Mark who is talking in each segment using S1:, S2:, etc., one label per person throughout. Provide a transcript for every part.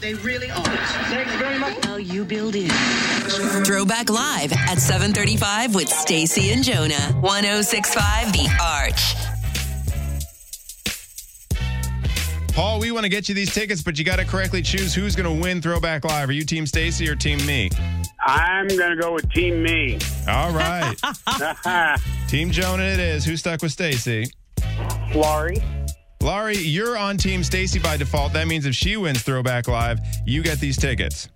S1: They really aren't. Thanks very much.
S2: Well, you build in.
S3: Throwback Live at 735 with Stacy and Jonah. 1065 The Arch.
S4: Paul, we want to get you these tickets, but you got to correctly choose who's going to win Throwback Live. Are you Team Stacy or Team Me?
S5: I'm going to go with Team Me.
S4: All right. team Jonah it is. Who stuck with Stacy?
S6: Laurie.
S4: Laurie, you're on Team Stacy by default. That means if she wins Throwback Live, you get these tickets.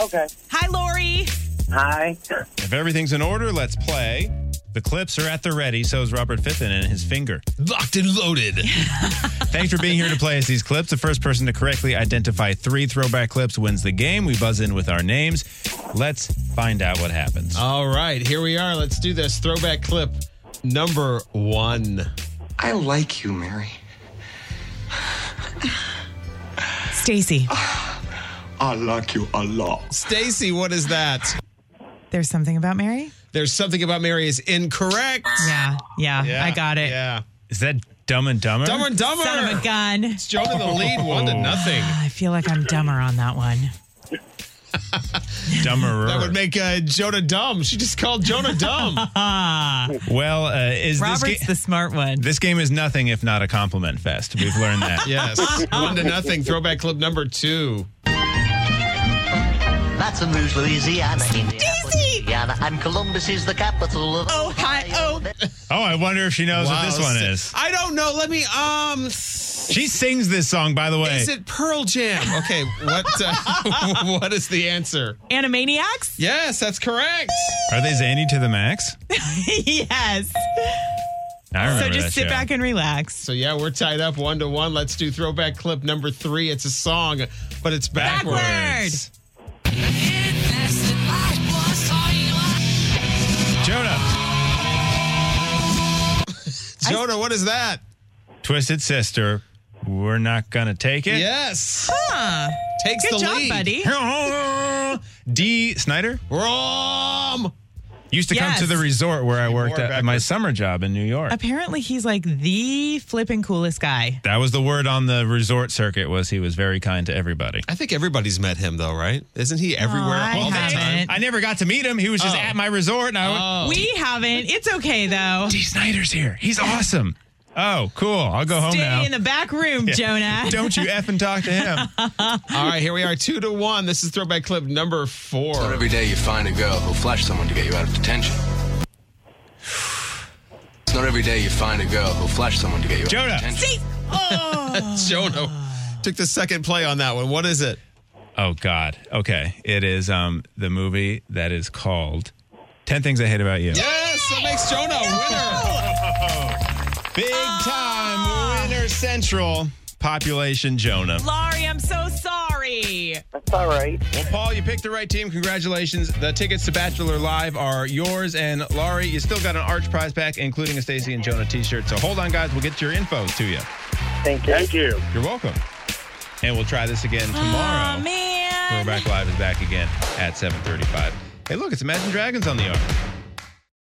S6: Okay.
S7: Hi, Lori.
S6: Hi.
S4: If everything's in order, let's play. The clips are at the ready, so is Robert Fiffin and his finger.
S8: Locked and loaded.
S4: Thanks for being here to play us these clips. The first person to correctly identify three throwback clips wins the game. We buzz in with our names. Let's find out what happens.
S8: All right, here we are. Let's do this throwback clip number one.
S9: I like you, Mary.
S7: Stacy,
S9: I like you a lot.
S8: Stacy, what is that?
S7: there's something about Mary?
S8: There's something about Mary is incorrect.
S7: Yeah, yeah,
S8: Yeah,
S7: I got it.
S8: Yeah.
S4: Is that Dumb and Dumber?
S8: Dumber and Dumber.
S7: Son of a Oh, gun.
S8: It's Jonah in the lead, one to nothing.
S7: I feel like I'm dumber on that one.
S4: Dumberer.
S8: That would make uh, Jonah dumb. She just called Jonah dumb.
S4: well, uh, is this,
S7: Ah, Robert's
S4: ga-
S7: the smart one.
S4: this game is nothing if not a compliment fest. We've learned that.
S8: yes, one to nothing. Throwback clip number two.
S10: Baton Rouge, Louisiana, Indianapolis, Indiana, and Columbus is the capital of
S7: Ohio.
S4: Oh, I wonder if she knows
S8: Wow,
S4: what this one
S8: st-
S4: is.
S8: I don't know. Let me. Um,
S4: She sings this song, by the way.
S8: is it Pearl Jam? Okay, what? Uh, what is the answer?
S7: Animaniacs?
S8: Yes, that's correct.
S4: Are they zany to the max?
S7: yes.
S4: I remember
S7: So
S4: that
S7: just sit
S4: show.
S7: back and relax.
S8: So yeah, we're tied up one to one. Let's do throwback clip number three. It's a song, but it's backwards.
S7: Backward.
S4: Jonah,
S8: Jonah, what is that?
S4: Twisted Sister, we're not gonna take it.
S8: Yes,
S7: Huh.
S8: takes
S7: Good
S8: the
S7: job,
S8: lead.
S7: buddy.
S4: D. Snyder
S8: Rom.
S4: used to
S7: Yes.
S4: come to the resort where I worked
S8: more
S4: at, at my
S8: backwards.
S4: summer job in New York.
S7: Apparently, he's like the flipping coolest guy.
S4: That was the word on the resort circuit was he was very kind to everybody.
S8: I think everybody's met him though, right? Isn't he everywhere
S7: Oh, I
S8: all the
S7: haven't.
S8: time?
S4: I never got to meet him. He was just
S8: Oh.
S4: at my resort, and I went,
S8: Oh.
S7: We haven't. It's okay, though.
S4: D. Snyder's here. He's awesome. Oh, cool. I'll go home now.
S7: Stay in the back room, Jonah.
S4: Don't you effing talk to him.
S8: All right, here we are, two to one. This is throwback clip number
S11: But
S8: four.
S11: every day you find a girl who'll flash someone to get you out of detention. It's not every day you find a girl who'll flash someone to get you out
S4: Jonah.
S11: of detention.
S7: Oh.
S8: Jonah took the second play on that one. What is it?
S4: Oh God. Okay. It is um the movie that is called Ten Things I Hate About You.
S8: Yes, that makes Jonah a winner.
S4: Big time winner central population Jonah.
S7: Laurie, I'm so sorry.
S6: That's all right.
S4: Well, Paul, you picked the right team. Congratulations. The tickets to Bachelor Live are yours. And Laurie, you still got an arch prize pack, including a Stacy and Jonah t-shirt. So hold on, guys. We'll get your info to you.
S6: Thank you.
S5: Thank you.
S4: You're welcome. And we'll try this again tomorrow.
S7: Oh, man.
S4: Throwback Live is back again at 7:35. Hey, look, it's Imagine Dragons on the arm.